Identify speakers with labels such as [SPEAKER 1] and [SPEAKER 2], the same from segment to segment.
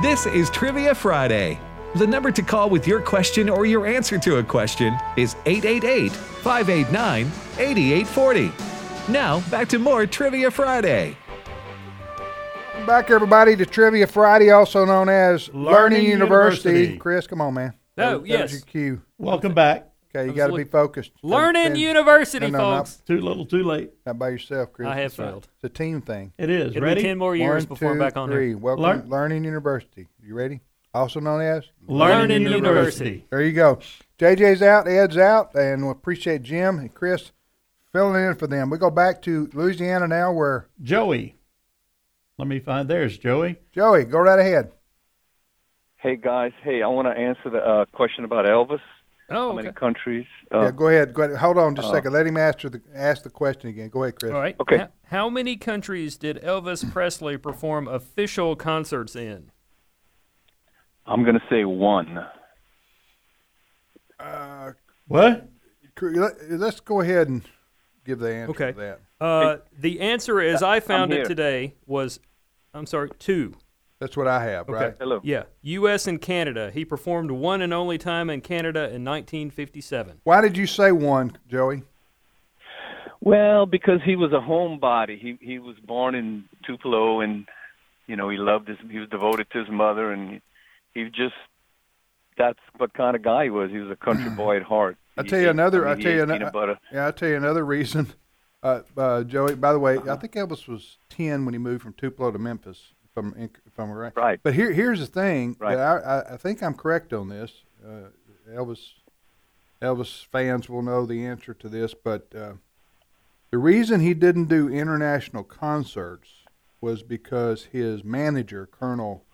[SPEAKER 1] This is Trivia Friday. The number to call with your question or your answer to a question is 888 589 8840. Now, back to more Trivia Friday.
[SPEAKER 2] Welcome back, everybody, to Trivia Friday, also known as Learning, University.
[SPEAKER 3] University.
[SPEAKER 2] Chris, come on, man.
[SPEAKER 4] No,
[SPEAKER 2] That was
[SPEAKER 4] Oh, yes.
[SPEAKER 2] your cue.
[SPEAKER 3] Welcome back.
[SPEAKER 2] Okay, you
[SPEAKER 4] was
[SPEAKER 2] got to
[SPEAKER 4] look-
[SPEAKER 2] be focused.
[SPEAKER 4] Learning
[SPEAKER 2] Understand?
[SPEAKER 4] University,
[SPEAKER 2] No, no, not-
[SPEAKER 4] folks.
[SPEAKER 3] Too little, too late.
[SPEAKER 2] Not by yourself, Chris.
[SPEAKER 4] I have
[SPEAKER 2] That's right.
[SPEAKER 4] failed.
[SPEAKER 2] It's a team thing.
[SPEAKER 3] It is.
[SPEAKER 4] It'll be
[SPEAKER 3] Ready?
[SPEAKER 4] 10 more years
[SPEAKER 2] One,
[SPEAKER 4] before I'm
[SPEAKER 2] two,
[SPEAKER 4] back on
[SPEAKER 2] three.
[SPEAKER 4] here.
[SPEAKER 2] Welcome,
[SPEAKER 3] Learn-
[SPEAKER 2] Learning University. You ready? Also known as.
[SPEAKER 4] Learning University.
[SPEAKER 2] There you go. JJ's out, Ed's out, and we appreciate Jim and Chris filling in for them. We go back to Louisiana now, where
[SPEAKER 3] Joey. Let me find. There's Joey.
[SPEAKER 2] Joey, go right ahead.
[SPEAKER 5] Hey guys, hey, I want to answer the uh, question about Elvis. How
[SPEAKER 4] Oh,
[SPEAKER 5] many
[SPEAKER 4] okay.
[SPEAKER 5] countries? Uh,
[SPEAKER 2] yeah, go ahead. Go ahead. Hold on just a
[SPEAKER 5] uh,
[SPEAKER 2] second. Let him answer the, ask the question again. Go ahead, Chris.
[SPEAKER 4] All right.
[SPEAKER 5] Okay.
[SPEAKER 4] H- How many countries did Elvis Presley perform official concerts in?
[SPEAKER 5] I'm going to say one.
[SPEAKER 2] Uh,
[SPEAKER 3] What?
[SPEAKER 2] Cr- let- let's go ahead and give the answer
[SPEAKER 4] Okay.
[SPEAKER 2] to that.
[SPEAKER 4] Uh, the answer, as I found
[SPEAKER 5] here.
[SPEAKER 4] it today, was I'm sorry, two.
[SPEAKER 2] That's what I have, right?
[SPEAKER 5] Hello.
[SPEAKER 4] Yeah, U.S. and Canada. He performed one and only time in Canada in 1957.
[SPEAKER 2] Why did you say one, Joey?
[SPEAKER 5] Well, because he was a homebody. He he was born in Tupelo, and you know he loved his. He was devoted to his mother, and he, he just that's what kind of guy he was. He was a country boy at heart.
[SPEAKER 2] Hmm. I
[SPEAKER 5] He
[SPEAKER 2] tell you
[SPEAKER 5] ate-
[SPEAKER 2] another.
[SPEAKER 5] I,
[SPEAKER 2] I
[SPEAKER 5] mean, he
[SPEAKER 2] tell you
[SPEAKER 5] ate peanut
[SPEAKER 2] another.
[SPEAKER 5] butter.
[SPEAKER 2] Yeah, I tell you another reason, uh, uh, Joey. By the way,
[SPEAKER 5] Uh-huh.
[SPEAKER 2] I think Elvis was ten when he moved from Tupelo to Memphis. If I'm inc- if I'm right.
[SPEAKER 5] Right.
[SPEAKER 2] But here here's the thing
[SPEAKER 5] Right.
[SPEAKER 2] that I, I I think I'm correct on this. Uh, Elvis Elvis fans will know the answer to this, but uh, the reason he didn't do international concerts was because his manager, Colonel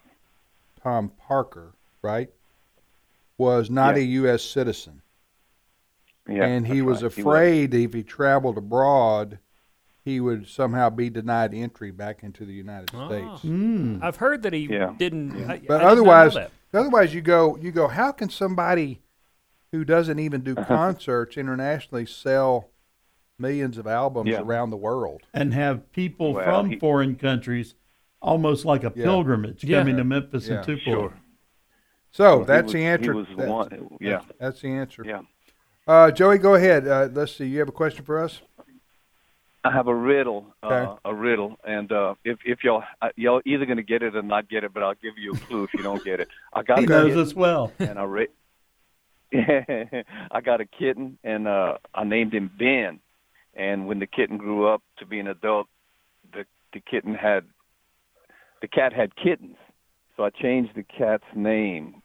[SPEAKER 2] Tom Parker, right, was not
[SPEAKER 5] Yeah.
[SPEAKER 2] a U.S. citizen
[SPEAKER 5] Yeah,
[SPEAKER 2] and he
[SPEAKER 5] that's
[SPEAKER 2] was
[SPEAKER 5] right. He
[SPEAKER 2] afraid if he traveled abroad, he would somehow be denied entry back into the United States.
[SPEAKER 3] Mm.
[SPEAKER 4] I've heard that he
[SPEAKER 5] Yeah.
[SPEAKER 4] didn't. I- I did not
[SPEAKER 2] But
[SPEAKER 4] know
[SPEAKER 2] otherwise,
[SPEAKER 4] that.
[SPEAKER 2] otherwise you go you go. How can somebody who doesn't even do concerts internationally sell millions of albums
[SPEAKER 5] Yeah.
[SPEAKER 2] around the world?
[SPEAKER 3] And have people
[SPEAKER 5] Well,
[SPEAKER 3] from
[SPEAKER 5] he-
[SPEAKER 3] foreign countries, almost like a
[SPEAKER 2] Yeah.
[SPEAKER 3] pilgrimage,
[SPEAKER 4] Yeah.
[SPEAKER 3] coming to Memphis
[SPEAKER 2] Yeah.
[SPEAKER 3] and Tupelo.
[SPEAKER 5] Sure.
[SPEAKER 2] So
[SPEAKER 5] He
[SPEAKER 2] that's
[SPEAKER 5] was-
[SPEAKER 2] the
[SPEAKER 5] he
[SPEAKER 2] answer.
[SPEAKER 5] was
[SPEAKER 2] that's,
[SPEAKER 5] one- yeah.
[SPEAKER 2] that's- that's the answer.
[SPEAKER 5] Yeah.
[SPEAKER 2] Uh, Joey, go ahead. Uh, let's see. You have a question for us?
[SPEAKER 5] I have a riddle, uh,
[SPEAKER 2] Okay.
[SPEAKER 5] a riddle, and uh, if if y'all uh, y'all either gonna get it or not get it, but I'll give you a clue if you don't get it. I got
[SPEAKER 3] He
[SPEAKER 5] a
[SPEAKER 3] knows
[SPEAKER 5] kitten
[SPEAKER 3] us well.
[SPEAKER 5] and I ra- I got a kitten and uh, I named him Ben, and when the kitten grew up to be an adult, the the kitten had the cat had kittens, so I changed the cat's name.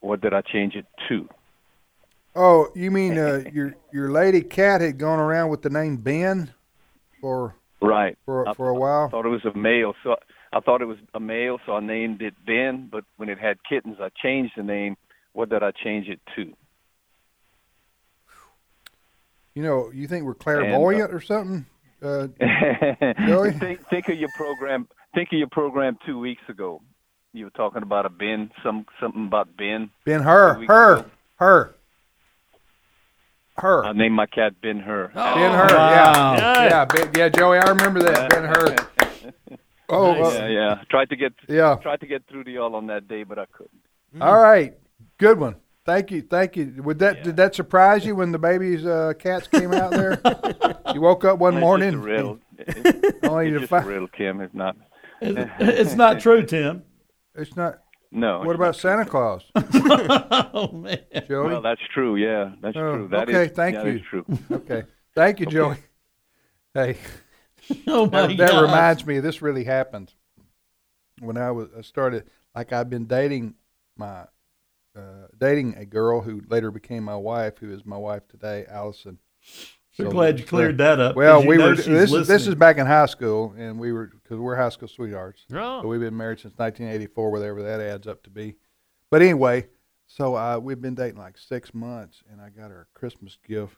[SPEAKER 5] What did I change it to?
[SPEAKER 2] Oh, you mean uh, your your lady cat had gone around with the name Ben for
[SPEAKER 5] Right. Uh,
[SPEAKER 2] for
[SPEAKER 5] I-
[SPEAKER 2] for a while?
[SPEAKER 5] thought it was a male, so I thought it was a male, so I named it Ben. But when it had kittens, I changed the name. What did I change it to?
[SPEAKER 2] You know, you think we're
[SPEAKER 5] uh,
[SPEAKER 2] clairvoyant or something? Uh, Really?
[SPEAKER 5] think, think of your program. Think of your program two weeks ago. You were talking about a Ben, some something about Ben.
[SPEAKER 2] been her,
[SPEAKER 5] We-
[SPEAKER 2] her, her, her,
[SPEAKER 5] I named my cat Ben Hur.
[SPEAKER 2] been her.
[SPEAKER 3] Wow.
[SPEAKER 2] Yeah, yeah, ben, yeah, Joey, I remember that. Been her. Oh, uh,
[SPEAKER 5] Yeah, yeah. Tried to get
[SPEAKER 2] Yeah.
[SPEAKER 5] tried to get through to y'all on that day, but I couldn't.
[SPEAKER 2] all right, good one. Thank you, thank you. Would that did that surprise you when the baby's uh, cats came out there? you woke up one morning,
[SPEAKER 5] It's just a riddle.
[SPEAKER 2] only
[SPEAKER 5] It's
[SPEAKER 2] to
[SPEAKER 5] just a
[SPEAKER 2] find
[SPEAKER 5] riddle, Kim. If not,
[SPEAKER 3] It's, it's not true, Tim.
[SPEAKER 2] it's not.
[SPEAKER 5] no.
[SPEAKER 2] What about Santa Claus,
[SPEAKER 3] Oh man.
[SPEAKER 2] Joey?
[SPEAKER 5] Well, that's true. Yeah, that's
[SPEAKER 2] Oh,
[SPEAKER 5] true. That is
[SPEAKER 2] okay, thank
[SPEAKER 5] yeah,
[SPEAKER 2] you.
[SPEAKER 5] That's true.
[SPEAKER 2] okay, thank you, Joey. Hey.
[SPEAKER 3] Oh my
[SPEAKER 2] that, that
[SPEAKER 3] God.
[SPEAKER 2] reminds me this really happened when i was I started like i've been dating my uh, dating a girl who later became my wife who is my wife today allison
[SPEAKER 3] We're
[SPEAKER 2] So-
[SPEAKER 3] glad you cleared that up. 'cause
[SPEAKER 2] well
[SPEAKER 3] you
[SPEAKER 2] we
[SPEAKER 3] know
[SPEAKER 2] were
[SPEAKER 3] she's
[SPEAKER 2] this is, this is
[SPEAKER 3] listening.
[SPEAKER 2] back in high school and we were because we're high school sweethearts so
[SPEAKER 4] Oh,
[SPEAKER 2] we've been married since 1984 whatever that adds up to be but anyway so uh, we've been dating like six months and i got her a christmas gift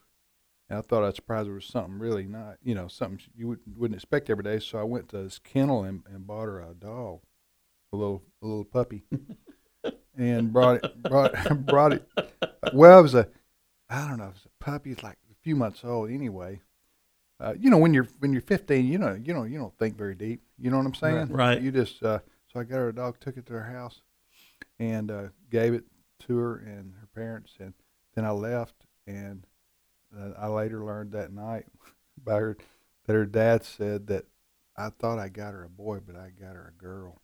[SPEAKER 2] and I thought I'd surprise her with something really not, you know, something she- you wouldn't, wouldn't expect every day. So I went to this kennel and, and bought her a dog, a little a little puppy, and brought it brought brought it. Well, it was a, I don't know, it was a puppy. It's like a few months old anyway. uh, you know, when you're when you're 15, you know, you know, you don't think very deep. You know what I'm saying?
[SPEAKER 3] Right.
[SPEAKER 2] You just uh, so I got her a dog, took it to her house, and uh, gave it to her and her parents, and then I left, and uh, I later learned that night by her that her dad said that I thought I got her a boy, but I got her a girl,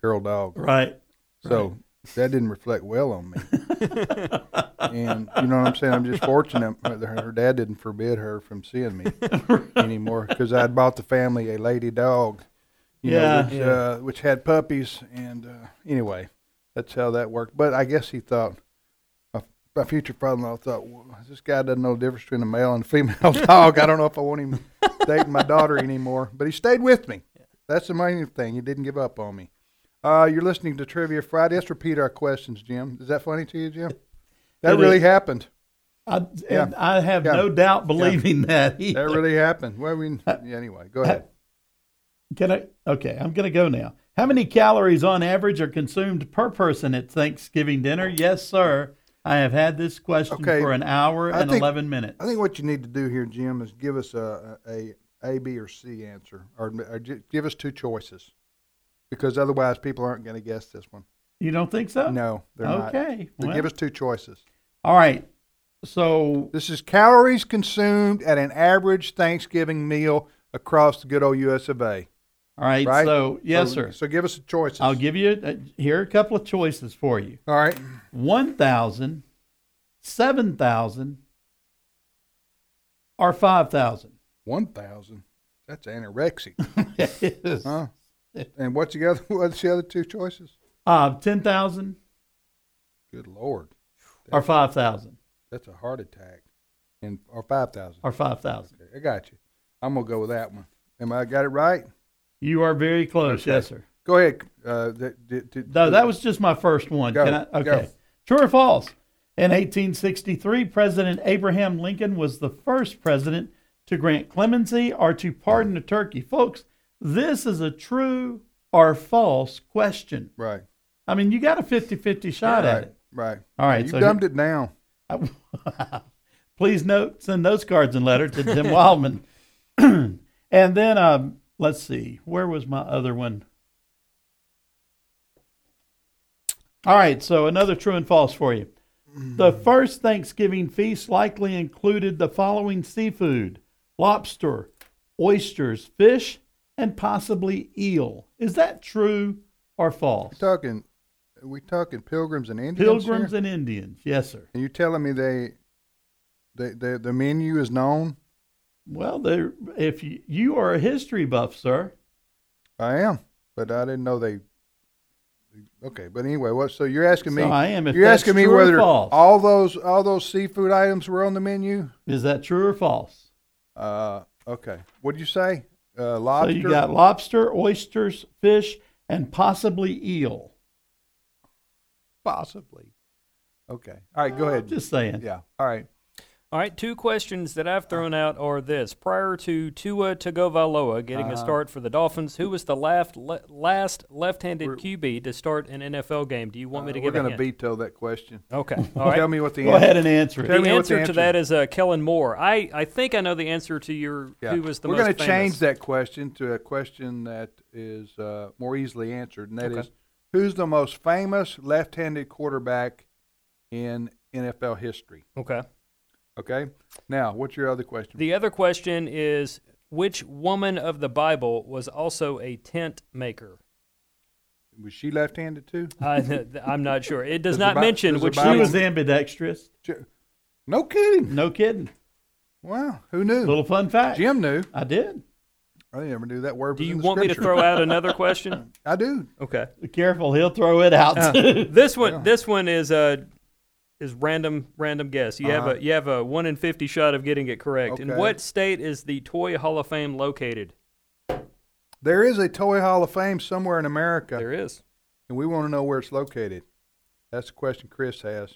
[SPEAKER 2] girl dog.
[SPEAKER 3] Right.
[SPEAKER 2] So that didn't reflect well on me. and you know what I'm saying? I'm just fortunate that her, her dad didn't forbid her from seeing me anymore because I'd bought the family a lady dog, you know,
[SPEAKER 3] Yeah.
[SPEAKER 2] which,
[SPEAKER 3] Yeah.
[SPEAKER 2] Uh, which had puppies. And uh, anyway, that's how that worked. But I guess he thought. my- My future father-in-law thought, well, this guy doesn't know the difference between a male and a female dog. I don't know if I want him dating my daughter anymore. But he stayed with me. That's the main thing. He didn't give up on me. Uh, you're listening to Trivia Friday. Let's repeat our questions, Jim. Is that funny to you, Jim? That
[SPEAKER 3] It
[SPEAKER 2] really
[SPEAKER 3] is.
[SPEAKER 2] happened.
[SPEAKER 3] I, and
[SPEAKER 2] Yeah.
[SPEAKER 3] I have
[SPEAKER 2] Yeah.
[SPEAKER 3] no doubt believing that.
[SPEAKER 2] That
[SPEAKER 3] either.
[SPEAKER 2] really happened. Well, we, anyway, go ahead.
[SPEAKER 3] Can I? Okay, I'm going to go now. How many calories on average are consumed per person at Thanksgiving dinner? Yes, sir. I have had this question
[SPEAKER 2] Okay.
[SPEAKER 3] for an hour
[SPEAKER 2] I
[SPEAKER 3] and
[SPEAKER 2] think-
[SPEAKER 3] 11 minutes.
[SPEAKER 2] I think what you need to do here, Jim, is give us a a, a B or C answer, or, or ju- give us two choices, because otherwise people aren't going to guess this one.
[SPEAKER 3] you don't think so?
[SPEAKER 2] No, they're not.
[SPEAKER 3] Okay.
[SPEAKER 2] So
[SPEAKER 3] well,
[SPEAKER 2] give us two choices.
[SPEAKER 3] all right. So
[SPEAKER 2] This is calories consumed at an average Thanksgiving meal across the good old U.S. of A.
[SPEAKER 3] all right.
[SPEAKER 2] Right?
[SPEAKER 3] So yes,
[SPEAKER 2] So-
[SPEAKER 3] sir.
[SPEAKER 2] So give us the choices.
[SPEAKER 3] I'll give you uh, here are a couple of choices for you:
[SPEAKER 2] All right.
[SPEAKER 3] one thousand, seven thousand, or five thousand.
[SPEAKER 2] One thousand. That's anorexic.
[SPEAKER 3] uh,
[SPEAKER 2] Huh? and what's the other? What's the other two choices?
[SPEAKER 3] Uh, ten thousand
[SPEAKER 2] Good lord,
[SPEAKER 3] or five thousand
[SPEAKER 2] that's a heart attack. And or five thousand.
[SPEAKER 3] or five thousand.
[SPEAKER 2] I got you. I'm gonna go with that one. Am I got it right?
[SPEAKER 3] You are very close. Yes, sir.
[SPEAKER 2] Go ahead. Uh, that, that, that-
[SPEAKER 3] No, that was just my first one.
[SPEAKER 2] Go,
[SPEAKER 3] Can I?
[SPEAKER 2] go.
[SPEAKER 3] Okay. True or false? In 1863, President Abraham Lincoln was the first president to grant clemency or to pardon a turkey. Folks, this is a true or false question.
[SPEAKER 2] right.
[SPEAKER 3] I mean, you got a 50 50 shot at
[SPEAKER 2] Right.
[SPEAKER 3] it.
[SPEAKER 2] Right.
[SPEAKER 3] All right,
[SPEAKER 2] You
[SPEAKER 3] so
[SPEAKER 2] dumbed it down.
[SPEAKER 3] Please note, send those cards and letter to Tim Wildman. and then um, let's see, where was my other one? All right, so another true and false for you.
[SPEAKER 2] Hmm.
[SPEAKER 3] The first Thanksgiving feast likely included the following seafood lobster, oysters, fish, and possibly eel. Is that true or false?
[SPEAKER 2] Talking. Are we talking pilgrims and Indians. here?
[SPEAKER 3] Pilgrims and Indians. Yes, sir.
[SPEAKER 2] And you telling me they, they, they, the menu is known?
[SPEAKER 3] Well, there. If you, you are a history buff, sir,
[SPEAKER 2] I am, but I didn't know they. Okay, but anyway, what? So you're asking me?
[SPEAKER 3] So I am, if
[SPEAKER 2] you're
[SPEAKER 3] that's
[SPEAKER 2] asking me
[SPEAKER 3] true or
[SPEAKER 2] whether
[SPEAKER 3] false.
[SPEAKER 2] all those all those seafood items were on the menu?
[SPEAKER 3] is that true or false?
[SPEAKER 2] Uh, okay. What'd you say? Uh,
[SPEAKER 3] So
[SPEAKER 2] lobster.
[SPEAKER 3] you got lobster, oysters, fish, and possibly eel.
[SPEAKER 2] possibly. Okay. All right. Go ahead.
[SPEAKER 3] Just saying.
[SPEAKER 2] yeah. All right.
[SPEAKER 4] All right, two questions that I've thrown out are this. Prior to Tua Tagovailoa getting
[SPEAKER 2] Uh-huh.
[SPEAKER 4] a start for the Dolphins, who was the last, le- last left-handed QB to start an NFL game? Do you want me to
[SPEAKER 2] Uh, We're
[SPEAKER 4] give a
[SPEAKER 2] going to
[SPEAKER 4] hint?
[SPEAKER 2] veto that question.
[SPEAKER 4] Okay, all right.
[SPEAKER 2] Tell me what the
[SPEAKER 3] Go
[SPEAKER 2] answer.
[SPEAKER 3] ahead and answer it.
[SPEAKER 2] Tell me
[SPEAKER 4] the
[SPEAKER 2] what
[SPEAKER 4] answer,
[SPEAKER 2] the
[SPEAKER 4] to
[SPEAKER 2] answer
[SPEAKER 4] that is uh, Kellen Moore. I, I think I know the answer to your
[SPEAKER 2] Yeah.
[SPEAKER 4] who was the
[SPEAKER 2] We're
[SPEAKER 4] most
[SPEAKER 2] gonna
[SPEAKER 4] famous.
[SPEAKER 2] change that question to a question that is uh, more easily answered, and that is, who's the most famous left-handed quarterback in NFL history?
[SPEAKER 4] Okay.
[SPEAKER 2] Okay. Now, what's your other question?
[SPEAKER 4] The other question is which woman of the Bible was also a tent maker?
[SPEAKER 2] was she left-handed too?
[SPEAKER 4] I, I'm not sure. It does
[SPEAKER 2] Does the
[SPEAKER 4] not
[SPEAKER 2] Bi-
[SPEAKER 4] mention
[SPEAKER 2] does the
[SPEAKER 4] which
[SPEAKER 2] Bible-
[SPEAKER 3] She was ambidextrous.
[SPEAKER 2] Ju- No kidding.
[SPEAKER 3] No kidding.
[SPEAKER 2] Wow. Who knew?
[SPEAKER 3] Little fun fact.
[SPEAKER 2] Jim knew.
[SPEAKER 3] I did.
[SPEAKER 2] I never knew that word.
[SPEAKER 4] Do
[SPEAKER 2] was
[SPEAKER 4] you
[SPEAKER 2] in the
[SPEAKER 4] want me to
[SPEAKER 2] scripture.
[SPEAKER 4] throw out another question?
[SPEAKER 2] I do.
[SPEAKER 4] Okay.
[SPEAKER 3] Be careful, he'll throw it out. too.
[SPEAKER 4] This one this one is uh, is random random guess. You have a you have a 1 in 50 shot of getting it correct. In
[SPEAKER 2] Uh-huh. Okay.
[SPEAKER 4] what state is the Toy Hall of Fame located?
[SPEAKER 2] There is a toy hall of fame somewhere in America.
[SPEAKER 4] There is.
[SPEAKER 2] and we want to know where it's located. That's the question Chris has.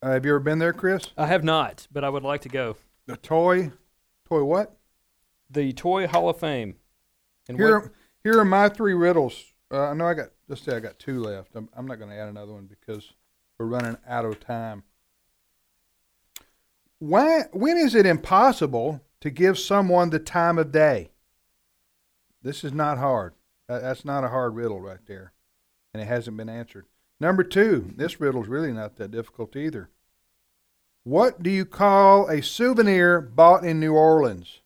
[SPEAKER 2] Uh, have you ever been there, Chris?
[SPEAKER 4] I have not, but I would like to go.
[SPEAKER 2] The toy, toy what?
[SPEAKER 4] The Toy Hall of Fame. And
[SPEAKER 2] Here, here are my three riddles. Uh, I know I got. Let's say I got two left. I'm, I'm not going to add another one because we're running out of time. Why? When is it impossible to give someone the time of day. This is not hard. That- That's not a hard riddle right there, and it hasn't been answered. Number two, this riddle's really not that difficult either. What do you call a souvenir bought in New Orleans?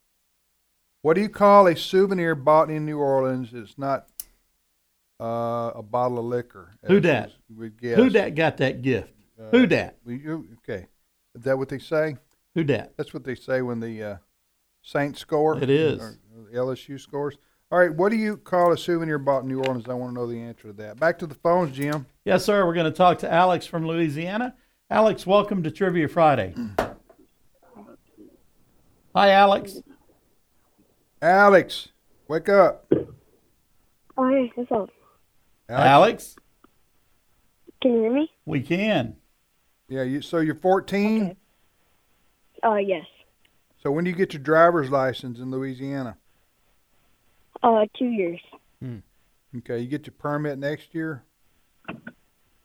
[SPEAKER 2] What do you call a souvenir bought in New Orleans? It's not uh, a bottle of liquor.
[SPEAKER 3] Who
[SPEAKER 2] as
[SPEAKER 3] dat?
[SPEAKER 2] we guess.
[SPEAKER 3] Who that got that gift?
[SPEAKER 2] Uh,
[SPEAKER 3] Who dat?
[SPEAKER 2] Well, you, okay, is that what they say?
[SPEAKER 3] Who dat?
[SPEAKER 2] That's what they say when the uh, Saints score.
[SPEAKER 3] It is.
[SPEAKER 2] or uh, LSU scores. All right, what do you call a souvenir bought in New Orleans? I want to know the answer to that. Back to the phones, Jim.
[SPEAKER 3] Yes, sir. We're going to talk to Alex from Louisiana. Alex, welcome to Trivia Friday. Hi, Alex.
[SPEAKER 2] Alex, wake up.
[SPEAKER 6] Okay, what's up?
[SPEAKER 3] Alex,
[SPEAKER 6] Can you hear me?
[SPEAKER 3] we can.
[SPEAKER 2] Yeah, you, so you're 14.
[SPEAKER 6] Okay. Uh, yes.
[SPEAKER 2] So when do you get your driver's license in Louisiana?
[SPEAKER 6] Uh, two years.
[SPEAKER 2] Okay, you get your permit next year.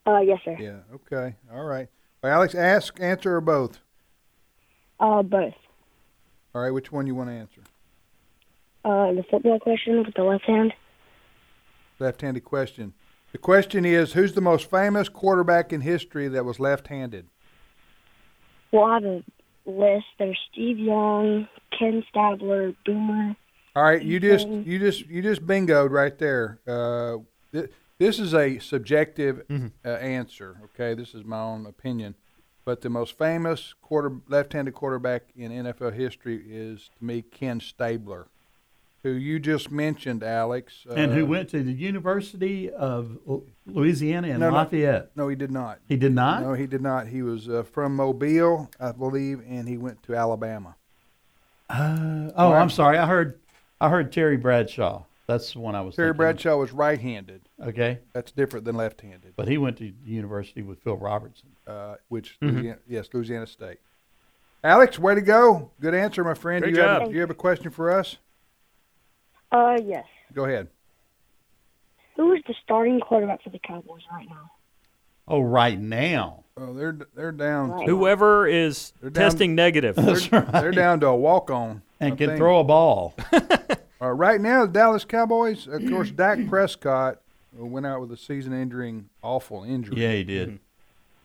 [SPEAKER 6] Uh, yes, sir.
[SPEAKER 2] Yeah. Okay. All right. Well, Alex, ask, answer, or both.
[SPEAKER 6] Uh, both.
[SPEAKER 2] All right, which one you want to answer?
[SPEAKER 6] Uh, the football question with the left hand.
[SPEAKER 2] Left-handed question. The question is, who's the most famous quarterback in history that was left-handed?
[SPEAKER 6] Well, I have a list. There's Steve Young, Ken Stabler, Boomer.
[SPEAKER 2] All right, you just
[SPEAKER 6] Okay.
[SPEAKER 2] you just you just bingoed right there. Uh, th- this is a subjective
[SPEAKER 3] Mm-hmm.
[SPEAKER 2] uh, answer. Okay, this is my own opinion, but the most famous quarter left-handed quarterback in NFL history is to me Ken Stabler, who you just mentioned, Alex. Uh,
[SPEAKER 3] And who went to the University of L- Louisiana in
[SPEAKER 2] No, no.
[SPEAKER 3] Lafayette?
[SPEAKER 2] No, he did not.
[SPEAKER 3] He did not.
[SPEAKER 2] No, he did not. He was uh, from Mobile, I believe, and he went to Alabama.
[SPEAKER 3] Uh, oh, I'm sorry. I heard. I heard Terry Bradshaw. That's the one I was.
[SPEAKER 2] Terry
[SPEAKER 3] thinking
[SPEAKER 2] Bradshaw was right-handed.
[SPEAKER 3] of. Okay,
[SPEAKER 2] That's different than left-handed,
[SPEAKER 3] but he went to the university with Phil Robertson.
[SPEAKER 2] uh, which
[SPEAKER 4] Mm-hmm.
[SPEAKER 2] Louisiana, yes, Louisiana State. Alex, way to go! Good answer, my friend.
[SPEAKER 4] Great
[SPEAKER 2] you have
[SPEAKER 4] job.
[SPEAKER 2] you have a question for us?
[SPEAKER 6] Uh, yes.
[SPEAKER 2] Go ahead.
[SPEAKER 6] Who is the starting quarterback for the Cowboys right now?
[SPEAKER 3] Oh, right now.
[SPEAKER 2] Oh, they're they're down.
[SPEAKER 6] Right.
[SPEAKER 4] Whoever is
[SPEAKER 2] They're down-
[SPEAKER 4] testing negative.
[SPEAKER 2] They're down to a walk on.
[SPEAKER 3] And can throw a ball.
[SPEAKER 2] Uh, right now, the Dallas Cowboys, of course, Dak Prescott uh, went out with a season-ending awful injury.
[SPEAKER 3] yeah, he did.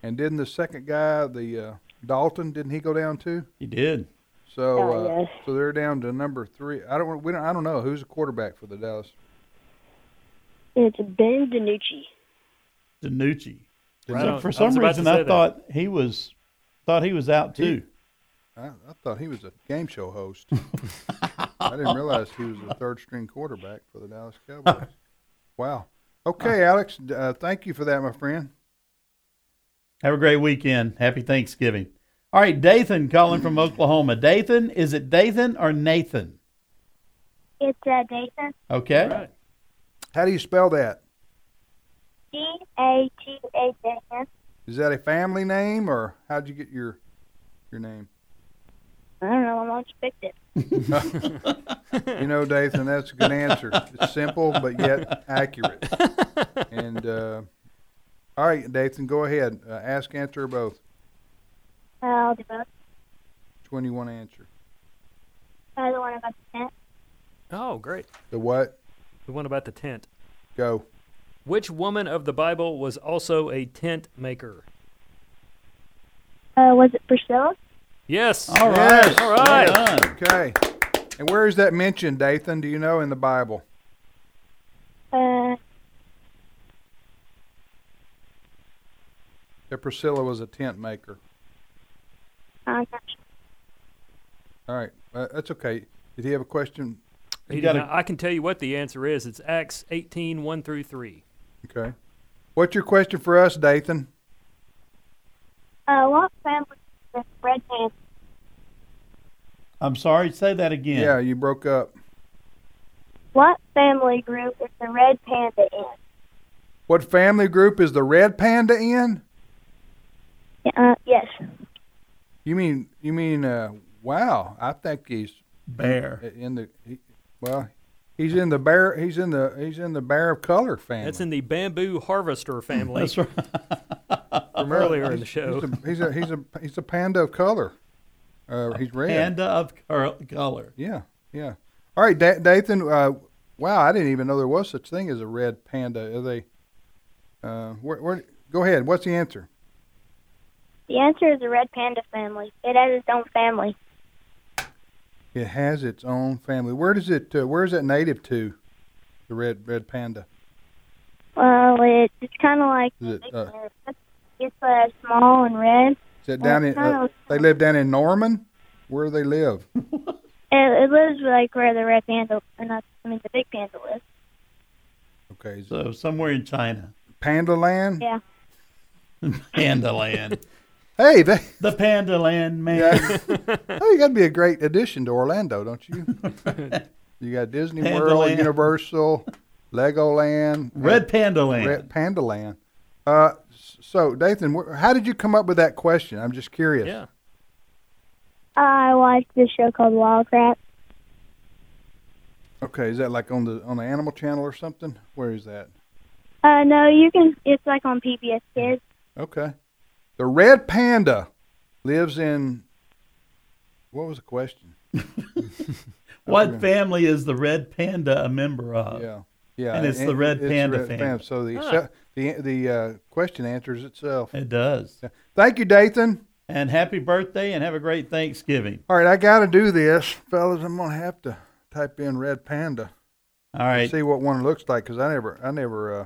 [SPEAKER 2] And didn't the second guy, the uh, Dalton, didn't he go down too?
[SPEAKER 3] He did.
[SPEAKER 2] So,
[SPEAKER 6] Oh,
[SPEAKER 2] uh,
[SPEAKER 6] yes.
[SPEAKER 2] so they're down to number three. I don't. We don't. I don't know who's the quarterback for the Dallas.
[SPEAKER 6] It's Ben DiNucci.
[SPEAKER 3] Danucci.
[SPEAKER 4] Right
[SPEAKER 3] So
[SPEAKER 4] on. I
[SPEAKER 3] for
[SPEAKER 4] was
[SPEAKER 3] some
[SPEAKER 4] about to
[SPEAKER 3] reason,
[SPEAKER 4] say
[SPEAKER 3] I
[SPEAKER 4] that.
[SPEAKER 3] thought he was thought he was out too.
[SPEAKER 2] I, I thought he was a game show host. I didn't realize he was the third string quarterback for the Dallas Cowboys. wow. Okay, Alex. d- Uh, thank you for that, my friend.
[SPEAKER 3] Have a great weekend. Happy Thanksgiving. All right, Dathan calling from Oklahoma. Dathan, is it Dathan or Nathan?
[SPEAKER 7] It's uh, Dathan.
[SPEAKER 3] Okay.
[SPEAKER 4] Right.
[SPEAKER 2] How do you spell that?
[SPEAKER 7] D A T A Dathan.
[SPEAKER 2] Is that a family name, or how'd you get your your name?
[SPEAKER 7] I don't know. I'm not expected.
[SPEAKER 2] You know, Dathan, that's a good answer. It's simple but yet accurate. And uh, all right, Dathan, go ahead. Uh, ask, answer, or both.
[SPEAKER 7] Uh, I'll do both.
[SPEAKER 2] Which one you want to answer?
[SPEAKER 7] Uh, the one about the tent.
[SPEAKER 4] Oh, great.
[SPEAKER 2] The what?
[SPEAKER 4] The one about the tent.
[SPEAKER 2] Go.
[SPEAKER 4] Which woman of the Bible was also a tent maker?
[SPEAKER 7] Uh, was it Priscilla?
[SPEAKER 4] Yes.
[SPEAKER 3] All right.
[SPEAKER 2] Yes.
[SPEAKER 4] All right.
[SPEAKER 3] Well done.
[SPEAKER 2] Okay. And where is that mentioned, Dathan? Do you know in the Bible?
[SPEAKER 7] Uh,
[SPEAKER 2] that Priscilla was a tent maker.
[SPEAKER 7] I'm not sure.
[SPEAKER 2] All right, uh, that's okay. Did he have a question?
[SPEAKER 4] He
[SPEAKER 3] You
[SPEAKER 4] did
[SPEAKER 3] gotta-
[SPEAKER 4] not- I can tell you what the answer is. It's Acts 18, 1 through 3.
[SPEAKER 2] Okay. What's your question for us, Dathan?
[SPEAKER 7] Uh, what family with red pants?
[SPEAKER 3] I'm sorry. Say that again.
[SPEAKER 2] Yeah, you broke up.
[SPEAKER 7] What family group is the red panda in?
[SPEAKER 2] What family group is the red panda in?
[SPEAKER 7] Uh, yes.
[SPEAKER 2] You mean you mean? Uh, wow, I think he's uh,
[SPEAKER 3] Bear.
[SPEAKER 2] in the he, well, he's in the bear. He's in the he's in the bear of color family.
[SPEAKER 4] That's in the bamboo harvester family
[SPEAKER 3] That's right.
[SPEAKER 4] from earlier in the show.
[SPEAKER 2] He's a, he's a he's a he's a panda of color. Uh, he's red.
[SPEAKER 3] Panda of col- color.
[SPEAKER 2] Yeah, yeah. All right, da- Dathan. Uh, wow, I didn't even know there was such thing as a red panda. Are they? Uh, where, where, go ahead. What's the answer?
[SPEAKER 7] The answer is the red panda family. It has its own family.
[SPEAKER 2] It has its own family. Where does it? Uh, where is it native to? The red red panda.
[SPEAKER 7] Well, it, it's kind of like
[SPEAKER 2] Is it, uh,
[SPEAKER 7] it's uh, small and red.
[SPEAKER 2] Is it down in? Uh, they live down in Norman. Where do they live?
[SPEAKER 7] It, it lives like where the red panda, or not, I mean the big panda lives.
[SPEAKER 2] Okay, is it
[SPEAKER 3] So somewhere in China,
[SPEAKER 2] Panda Land.
[SPEAKER 7] Yeah.
[SPEAKER 3] Panda Land,
[SPEAKER 2] Hey, that,
[SPEAKER 3] the Panda Land man.
[SPEAKER 2] Yeah. oh, you got to be a great addition to Orlando, don't you? you got Disney
[SPEAKER 3] Panda
[SPEAKER 2] World,
[SPEAKER 3] Land.
[SPEAKER 2] Universal, Legoland,
[SPEAKER 3] Red Panda
[SPEAKER 2] uh,
[SPEAKER 3] Land.
[SPEAKER 2] Red Panda Land. Uh, s- so, Dathan, wh- how did you come up with that question? I'm just curious.
[SPEAKER 4] Yeah.
[SPEAKER 7] I watched this show called Wildcrats.
[SPEAKER 2] Okay, is that like on the on the Animal Channel or something? Where is that?
[SPEAKER 7] Uh, no, you can. It's like on PBS Kids.
[SPEAKER 2] Okay, the red panda lives in. What was the question?
[SPEAKER 3] What family is the red panda a member of?
[SPEAKER 2] Yeah, yeah,
[SPEAKER 3] Uh, And it's the red panda Ah. family.
[SPEAKER 2] So the so the the uh, question answers itself.
[SPEAKER 3] It does.
[SPEAKER 2] Thank you, Dathan.
[SPEAKER 3] And happy birthday and have a great Thanksgiving.
[SPEAKER 2] All right, I got to do this, fellas. I'm gonna have to type in red panda,
[SPEAKER 3] All right.
[SPEAKER 2] see what one looks like, because I never, I never, uh,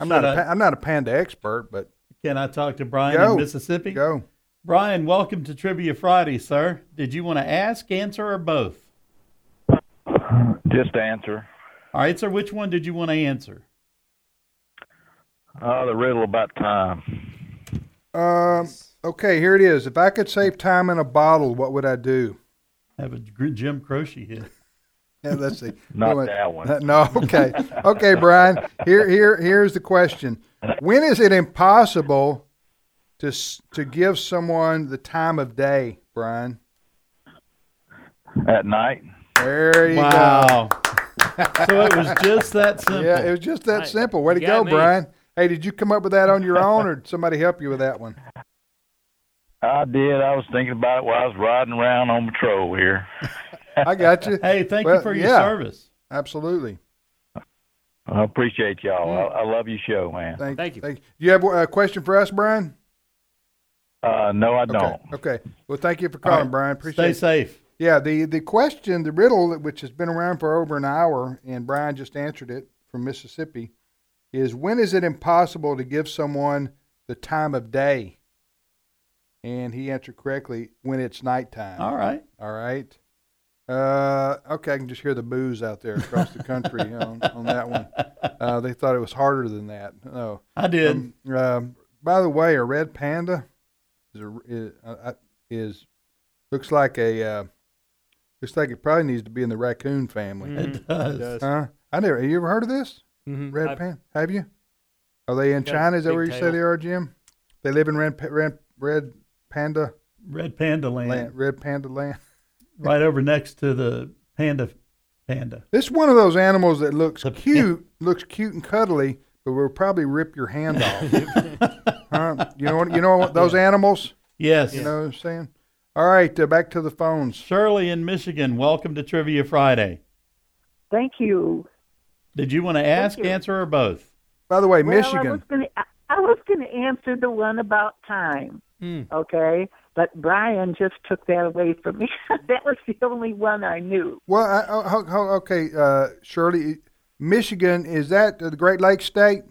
[SPEAKER 2] I'm
[SPEAKER 3] Should
[SPEAKER 2] not, a
[SPEAKER 3] I-
[SPEAKER 2] pa- I'm not a panda expert, but
[SPEAKER 3] Can I talk to Brian
[SPEAKER 2] Go.
[SPEAKER 3] in Mississippi?
[SPEAKER 2] go.
[SPEAKER 3] Brian, welcome to Trivia Friday, sir. Did you want to ask, answer, or both?
[SPEAKER 5] Just answer
[SPEAKER 3] All right, sir. Which one did you want to answer?
[SPEAKER 5] uh, the riddle about time.
[SPEAKER 2] Um, okay, here it is. If I could save time in a bottle, what would I do?
[SPEAKER 3] Have a gr- Jim Croce hit.
[SPEAKER 2] Yeah, let's see.
[SPEAKER 5] Not
[SPEAKER 2] Wait,
[SPEAKER 5] that one.
[SPEAKER 2] No, okay, okay, Brian. Here, here, here's the question: When is it impossible to s- to give someone the time of day, Brian?
[SPEAKER 5] At night.
[SPEAKER 2] There you go.
[SPEAKER 3] Wow. so it was just that simple.
[SPEAKER 2] Yeah, it was just that
[SPEAKER 4] I-
[SPEAKER 2] simple. Way
[SPEAKER 4] you
[SPEAKER 2] to go,
[SPEAKER 4] got me.
[SPEAKER 2] Brian. Hey, did you come up with that on your own, or did somebody help you with that one?
[SPEAKER 5] I did. I was thinking about it while I was riding around on patrol here.
[SPEAKER 2] I got you.
[SPEAKER 3] hey, thank
[SPEAKER 2] Well,
[SPEAKER 3] you for your
[SPEAKER 2] yeah.
[SPEAKER 3] service.
[SPEAKER 2] Absolutely.
[SPEAKER 5] I appreciate y'all. I, I love your show, man.
[SPEAKER 2] Thank,
[SPEAKER 4] Thank you.
[SPEAKER 2] Thank you. Do you have uh, a question for us, Brian?
[SPEAKER 5] Uh, no, I don't.
[SPEAKER 2] Okay. okay. Well, thank you for calling,
[SPEAKER 3] All right.
[SPEAKER 2] Brian. Appreciate
[SPEAKER 3] Stay
[SPEAKER 2] it.
[SPEAKER 3] safe.
[SPEAKER 2] Yeah, the, the question, the riddle, which has been around for over an hour, and Brian just answered it from Mississippi, is when is it impossible to give someone the time of day? And he answered correctly when it's nighttime.
[SPEAKER 3] All right.
[SPEAKER 2] All right. Uh, okay, I can just hear the boos out there across the country on, on that one. Uh, they thought it was harder than that. No.
[SPEAKER 3] I did.
[SPEAKER 2] Um, um, by the way, a red panda is a, is, uh, uh, is looks like a uh, looks like it probably needs to be in the raccoon family.
[SPEAKER 4] Mm,
[SPEAKER 3] it does.
[SPEAKER 2] Huh? I never. Have you ever heard of this
[SPEAKER 4] Mhm.
[SPEAKER 2] red
[SPEAKER 4] I-
[SPEAKER 2] panda? Have you? Are they in
[SPEAKER 4] Got a
[SPEAKER 2] China? Is that
[SPEAKER 4] big
[SPEAKER 2] where you say
[SPEAKER 4] tail.
[SPEAKER 2] they are, Jim? They live in red pa- red, red panda
[SPEAKER 3] Red Panda Land,
[SPEAKER 2] land, red panda land.
[SPEAKER 3] right over next to the Panda Panda.
[SPEAKER 2] It's one of those animals that looks
[SPEAKER 3] The-
[SPEAKER 2] cute, looks cute and cuddly, but will probably rip your hand off. huh? You know what? You know what those animals.
[SPEAKER 3] Yes.
[SPEAKER 2] You know what I'm saying? All right, uh, back to the phones.
[SPEAKER 3] Shirley in Michigan, welcome to Trivia Friday.
[SPEAKER 8] Thank you.
[SPEAKER 3] Did you want to ask, answer, or both?
[SPEAKER 2] By the way,
[SPEAKER 8] Well, I
[SPEAKER 2] Michigan.
[SPEAKER 8] was gonna- I- I was going to answer the one about time,
[SPEAKER 4] Hmm.
[SPEAKER 8] okay? But Brian just took that away from me. that was the only one I knew.
[SPEAKER 2] Well, I, oh, ho- ho- okay, uh, Shirley. Michigan is that the Great Lakes state?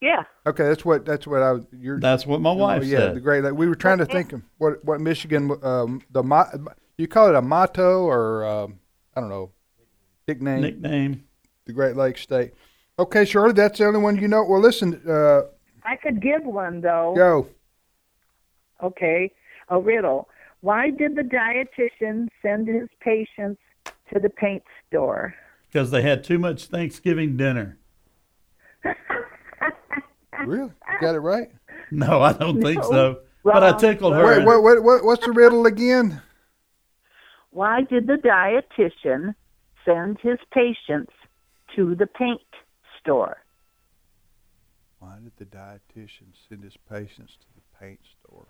[SPEAKER 8] Yeah.
[SPEAKER 2] Okay, that's what that's what I was. You're,
[SPEAKER 3] That's what my wife
[SPEAKER 2] Oh, yeah,
[SPEAKER 3] said.
[SPEAKER 2] the Great Lake. We were trying to think of what what Michigan um, the mo- you call it a motto or um, I don't know nickname.
[SPEAKER 3] Nickname.
[SPEAKER 2] the Great Lakes state. Okay, Shirley, that's the only one you know. Well, listen, uh,
[SPEAKER 8] I could give one, though.
[SPEAKER 2] go.
[SPEAKER 8] Okay. A riddle. Why did the dietitian send his patients to the paint store?
[SPEAKER 3] Because they had too much Thanksgiving dinner.
[SPEAKER 2] Really, you got it right.
[SPEAKER 3] No, I don't think so. But I
[SPEAKER 8] Wrong.
[SPEAKER 3] tickled her.
[SPEAKER 2] Wait, what, what, what, what's the riddle again?
[SPEAKER 8] Why did the dietitian send his patients to the paint store?
[SPEAKER 2] Why did the dietitian send his patients to the paint store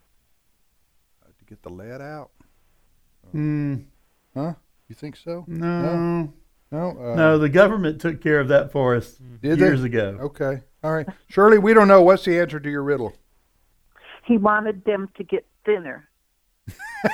[SPEAKER 2] uh, to get the lead out.
[SPEAKER 3] Mm,
[SPEAKER 2] Huh? You think so?
[SPEAKER 3] no,
[SPEAKER 2] No. Uh,
[SPEAKER 3] Mm. no. The government took care of that for us
[SPEAKER 2] Did
[SPEAKER 3] years
[SPEAKER 2] they?
[SPEAKER 3] ago.
[SPEAKER 2] Okay. All right. Shirley, we don't know. What's the answer to your riddle?
[SPEAKER 8] He wanted them to get thinner.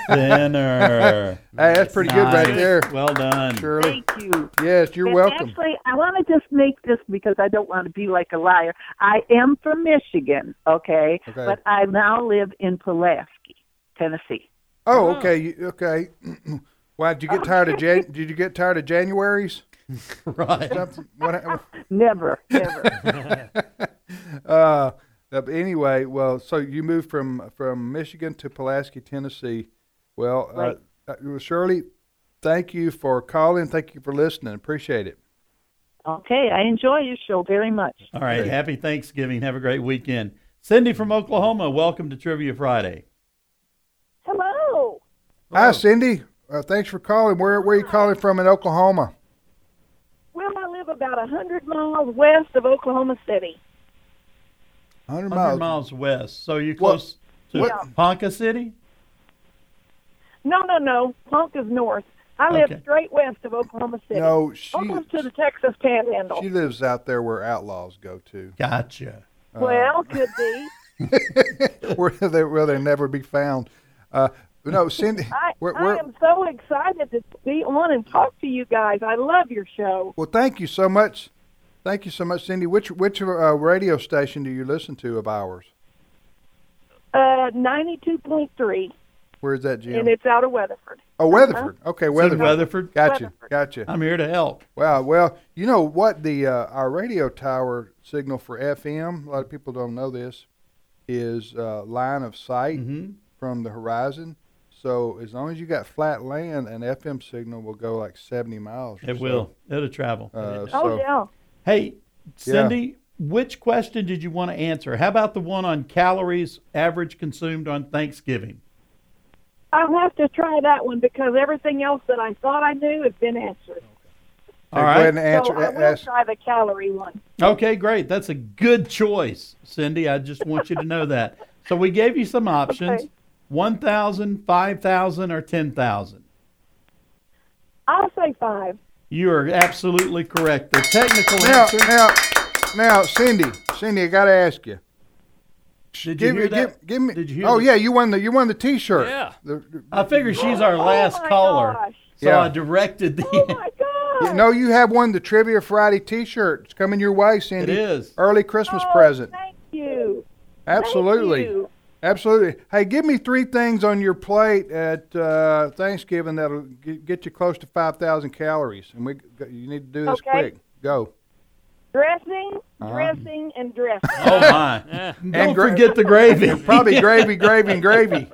[SPEAKER 3] Thinner.
[SPEAKER 2] Hey, that's pretty good right
[SPEAKER 3] Nice.
[SPEAKER 2] there,
[SPEAKER 3] Well done.
[SPEAKER 2] Shirley.
[SPEAKER 8] Thank you.
[SPEAKER 2] Yes, you're
[SPEAKER 8] And
[SPEAKER 2] welcome.
[SPEAKER 8] Actually, I want to just make this because I don't want to be like a liar. I am from Michigan, okay,
[SPEAKER 2] Okay.
[SPEAKER 8] but I now live in Pulaski, Tennessee.
[SPEAKER 2] Oh, okay. You, okay. Why did you get tired of Jan- Did you get tired of January's?
[SPEAKER 3] Right.
[SPEAKER 2] Something- what-
[SPEAKER 8] Never, never.
[SPEAKER 2] uh, but anyway, well, so you moved from from Michigan to Pulaski, Tennessee. Well,
[SPEAKER 8] Right.
[SPEAKER 2] uh, uh, Shirley, thank you for calling. Thank you for listening. Appreciate it.
[SPEAKER 8] okay, I enjoy your show very much.
[SPEAKER 3] All right. Happy Thanksgiving. Have a great weekend. Cindy from Oklahoma, welcome to Trivia Friday.
[SPEAKER 7] Hello.
[SPEAKER 2] Hi, Cindy. Uh, thanks for calling. Where where are you calling from in Oklahoma?
[SPEAKER 7] Well, I live about a hundred miles west of Oklahoma City.
[SPEAKER 2] 100
[SPEAKER 3] 100
[SPEAKER 2] miles.
[SPEAKER 3] miles west. So you're
[SPEAKER 2] What-
[SPEAKER 3] close to
[SPEAKER 7] what-
[SPEAKER 3] Ponca City?
[SPEAKER 7] No, no, no. Plunk is north. I live
[SPEAKER 3] Okay.
[SPEAKER 7] straight west of Oklahoma City.
[SPEAKER 2] No, she
[SPEAKER 7] Almost to the Texas Panhandle.
[SPEAKER 2] she lives out there where outlaws go to,
[SPEAKER 3] Gotcha.
[SPEAKER 2] uh,
[SPEAKER 7] well, could be.
[SPEAKER 2] where they where they never be found. Uh, no, Cindy.
[SPEAKER 7] I,
[SPEAKER 2] where,
[SPEAKER 7] I
[SPEAKER 2] where-
[SPEAKER 7] am so excited to be on and talk to you guys. I love your show.
[SPEAKER 2] Well, thank you so much. Thank you so much, Cindy. Which which uh, radio station do you listen to of ours?
[SPEAKER 7] Uh, 92.3,
[SPEAKER 2] Where is that,
[SPEAKER 7] and
[SPEAKER 2] Jim?
[SPEAKER 7] it's out of Weatherford.
[SPEAKER 2] Oh, Weatherford. Okay, Weatherford.
[SPEAKER 3] Weatherford.
[SPEAKER 2] Gotcha,
[SPEAKER 7] Weatherford.
[SPEAKER 2] gotcha.
[SPEAKER 3] I'm here to help.
[SPEAKER 2] Wow. Well, you know what the uh, our radio tower signal for FM. A lot of people don't know this is uh, line of sight
[SPEAKER 3] Mhm.
[SPEAKER 2] from the horizon. So as long as you got flat land, an FM signal will go like seventy miles. or
[SPEAKER 3] It
[SPEAKER 2] so.
[SPEAKER 3] will. It'll travel.
[SPEAKER 2] Uh,
[SPEAKER 7] Oh,
[SPEAKER 2] so
[SPEAKER 7] yeah.
[SPEAKER 3] Hey, Cindy, which question did you want to answer? How about the one on calories average consumed on Thanksgiving?
[SPEAKER 7] I'll have to try that one because everything else that I thought I knew has been answered.
[SPEAKER 3] All
[SPEAKER 2] go
[SPEAKER 3] right.
[SPEAKER 2] ahead and answer. uh,
[SPEAKER 7] so uh, I will
[SPEAKER 2] ask-
[SPEAKER 7] try the calorie one.
[SPEAKER 3] Okay, great. That's a good choice, Cindy. I just want you to know that. So we gave you some options
[SPEAKER 7] Okay.
[SPEAKER 3] one thousand, five thousand, 1,000, 5,000, or 10,000.
[SPEAKER 7] I'll say five.
[SPEAKER 3] You are absolutely correct. The technical
[SPEAKER 2] Now,
[SPEAKER 3] answer.
[SPEAKER 2] now, now, Cindy, Cindy, I gotta ask you.
[SPEAKER 3] Did you
[SPEAKER 2] Give
[SPEAKER 3] hear
[SPEAKER 2] me,
[SPEAKER 3] that?
[SPEAKER 2] give, give me.
[SPEAKER 3] Did you hear
[SPEAKER 2] oh
[SPEAKER 3] that?
[SPEAKER 2] yeah, you won the you won the T-shirt.
[SPEAKER 4] Yeah.
[SPEAKER 2] The- the-
[SPEAKER 3] I figure she's our last
[SPEAKER 7] oh my
[SPEAKER 3] caller.
[SPEAKER 7] Gosh.
[SPEAKER 3] So
[SPEAKER 2] Yeah.
[SPEAKER 3] I directed the.
[SPEAKER 7] Oh, my gosh.
[SPEAKER 2] no, you have won the Trivia Friday T-shirt. It's coming your way, Cindy.
[SPEAKER 3] It is.
[SPEAKER 2] early Christmas
[SPEAKER 7] Oh,
[SPEAKER 2] present.
[SPEAKER 7] Thank you.
[SPEAKER 2] Absolutely,
[SPEAKER 7] Thank you.
[SPEAKER 2] absolutely. Hey, give me three things on your plate at uh, Thanksgiving that'll g- get you close to five thousand calories, and we you need to do this
[SPEAKER 7] Okay.
[SPEAKER 2] quick. Go.
[SPEAKER 7] Dressing,
[SPEAKER 2] Uh-huh.
[SPEAKER 7] dressing, and dressing.
[SPEAKER 3] Oh, my. Don't
[SPEAKER 2] gra-
[SPEAKER 3] forget the gravy.
[SPEAKER 2] Probably gravy, gravy, and gravy.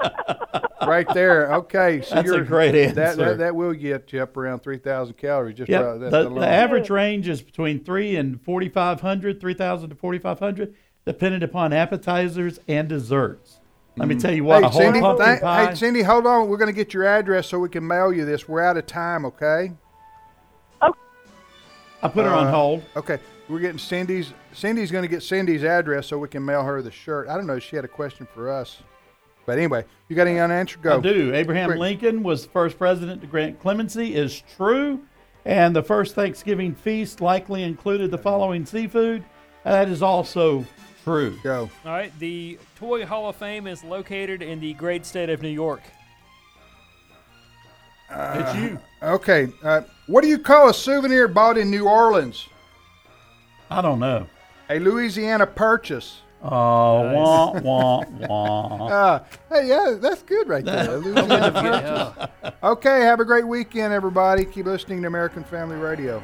[SPEAKER 2] Right there. Okay. So
[SPEAKER 3] That's a
[SPEAKER 2] you're,
[SPEAKER 3] great answer.
[SPEAKER 2] That, that, that will get you up around 3,000 calories. Just
[SPEAKER 3] Yep.
[SPEAKER 2] about that
[SPEAKER 3] the,
[SPEAKER 2] alone.
[SPEAKER 3] the average range is between 3 and 4,500, 3,000 to 4,500, dependent upon appetizers and desserts. Let me tell you what, a
[SPEAKER 2] Mm-hmm. hey,
[SPEAKER 3] whole
[SPEAKER 2] Cindy,
[SPEAKER 3] pumpkin
[SPEAKER 2] thank-
[SPEAKER 3] pie.
[SPEAKER 2] hey, Cindy, hold on. We're going to get your address so we can mail you this. We're out of time, okay?
[SPEAKER 3] I put her on hold.
[SPEAKER 2] Uh, Okay. We're getting Cindy's. Cindy's going to get Cindy's address so we can mail her the shirt. I don't know if she had a question for us. But anyway, you got any unanswered? Go.
[SPEAKER 3] I do. Abraham
[SPEAKER 2] Great.
[SPEAKER 3] Lincoln was the first president to grant clemency is true. And the first Thanksgiving feast likely included the following seafood. That is also true.
[SPEAKER 2] Go.
[SPEAKER 4] All right, the Toy Hall of Fame is located in the great state of New York.
[SPEAKER 3] it's you.
[SPEAKER 2] Okay. Uh, what do you call a souvenir bought in New Orleans?
[SPEAKER 3] I don't know.
[SPEAKER 2] A Louisiana purchase.
[SPEAKER 3] Oh, wah, wah, wah.
[SPEAKER 2] Uh, hey, yeah, that's good right there. Louisiana purchase. Okay, have a great weekend, everybody. Keep listening to American Family Radio.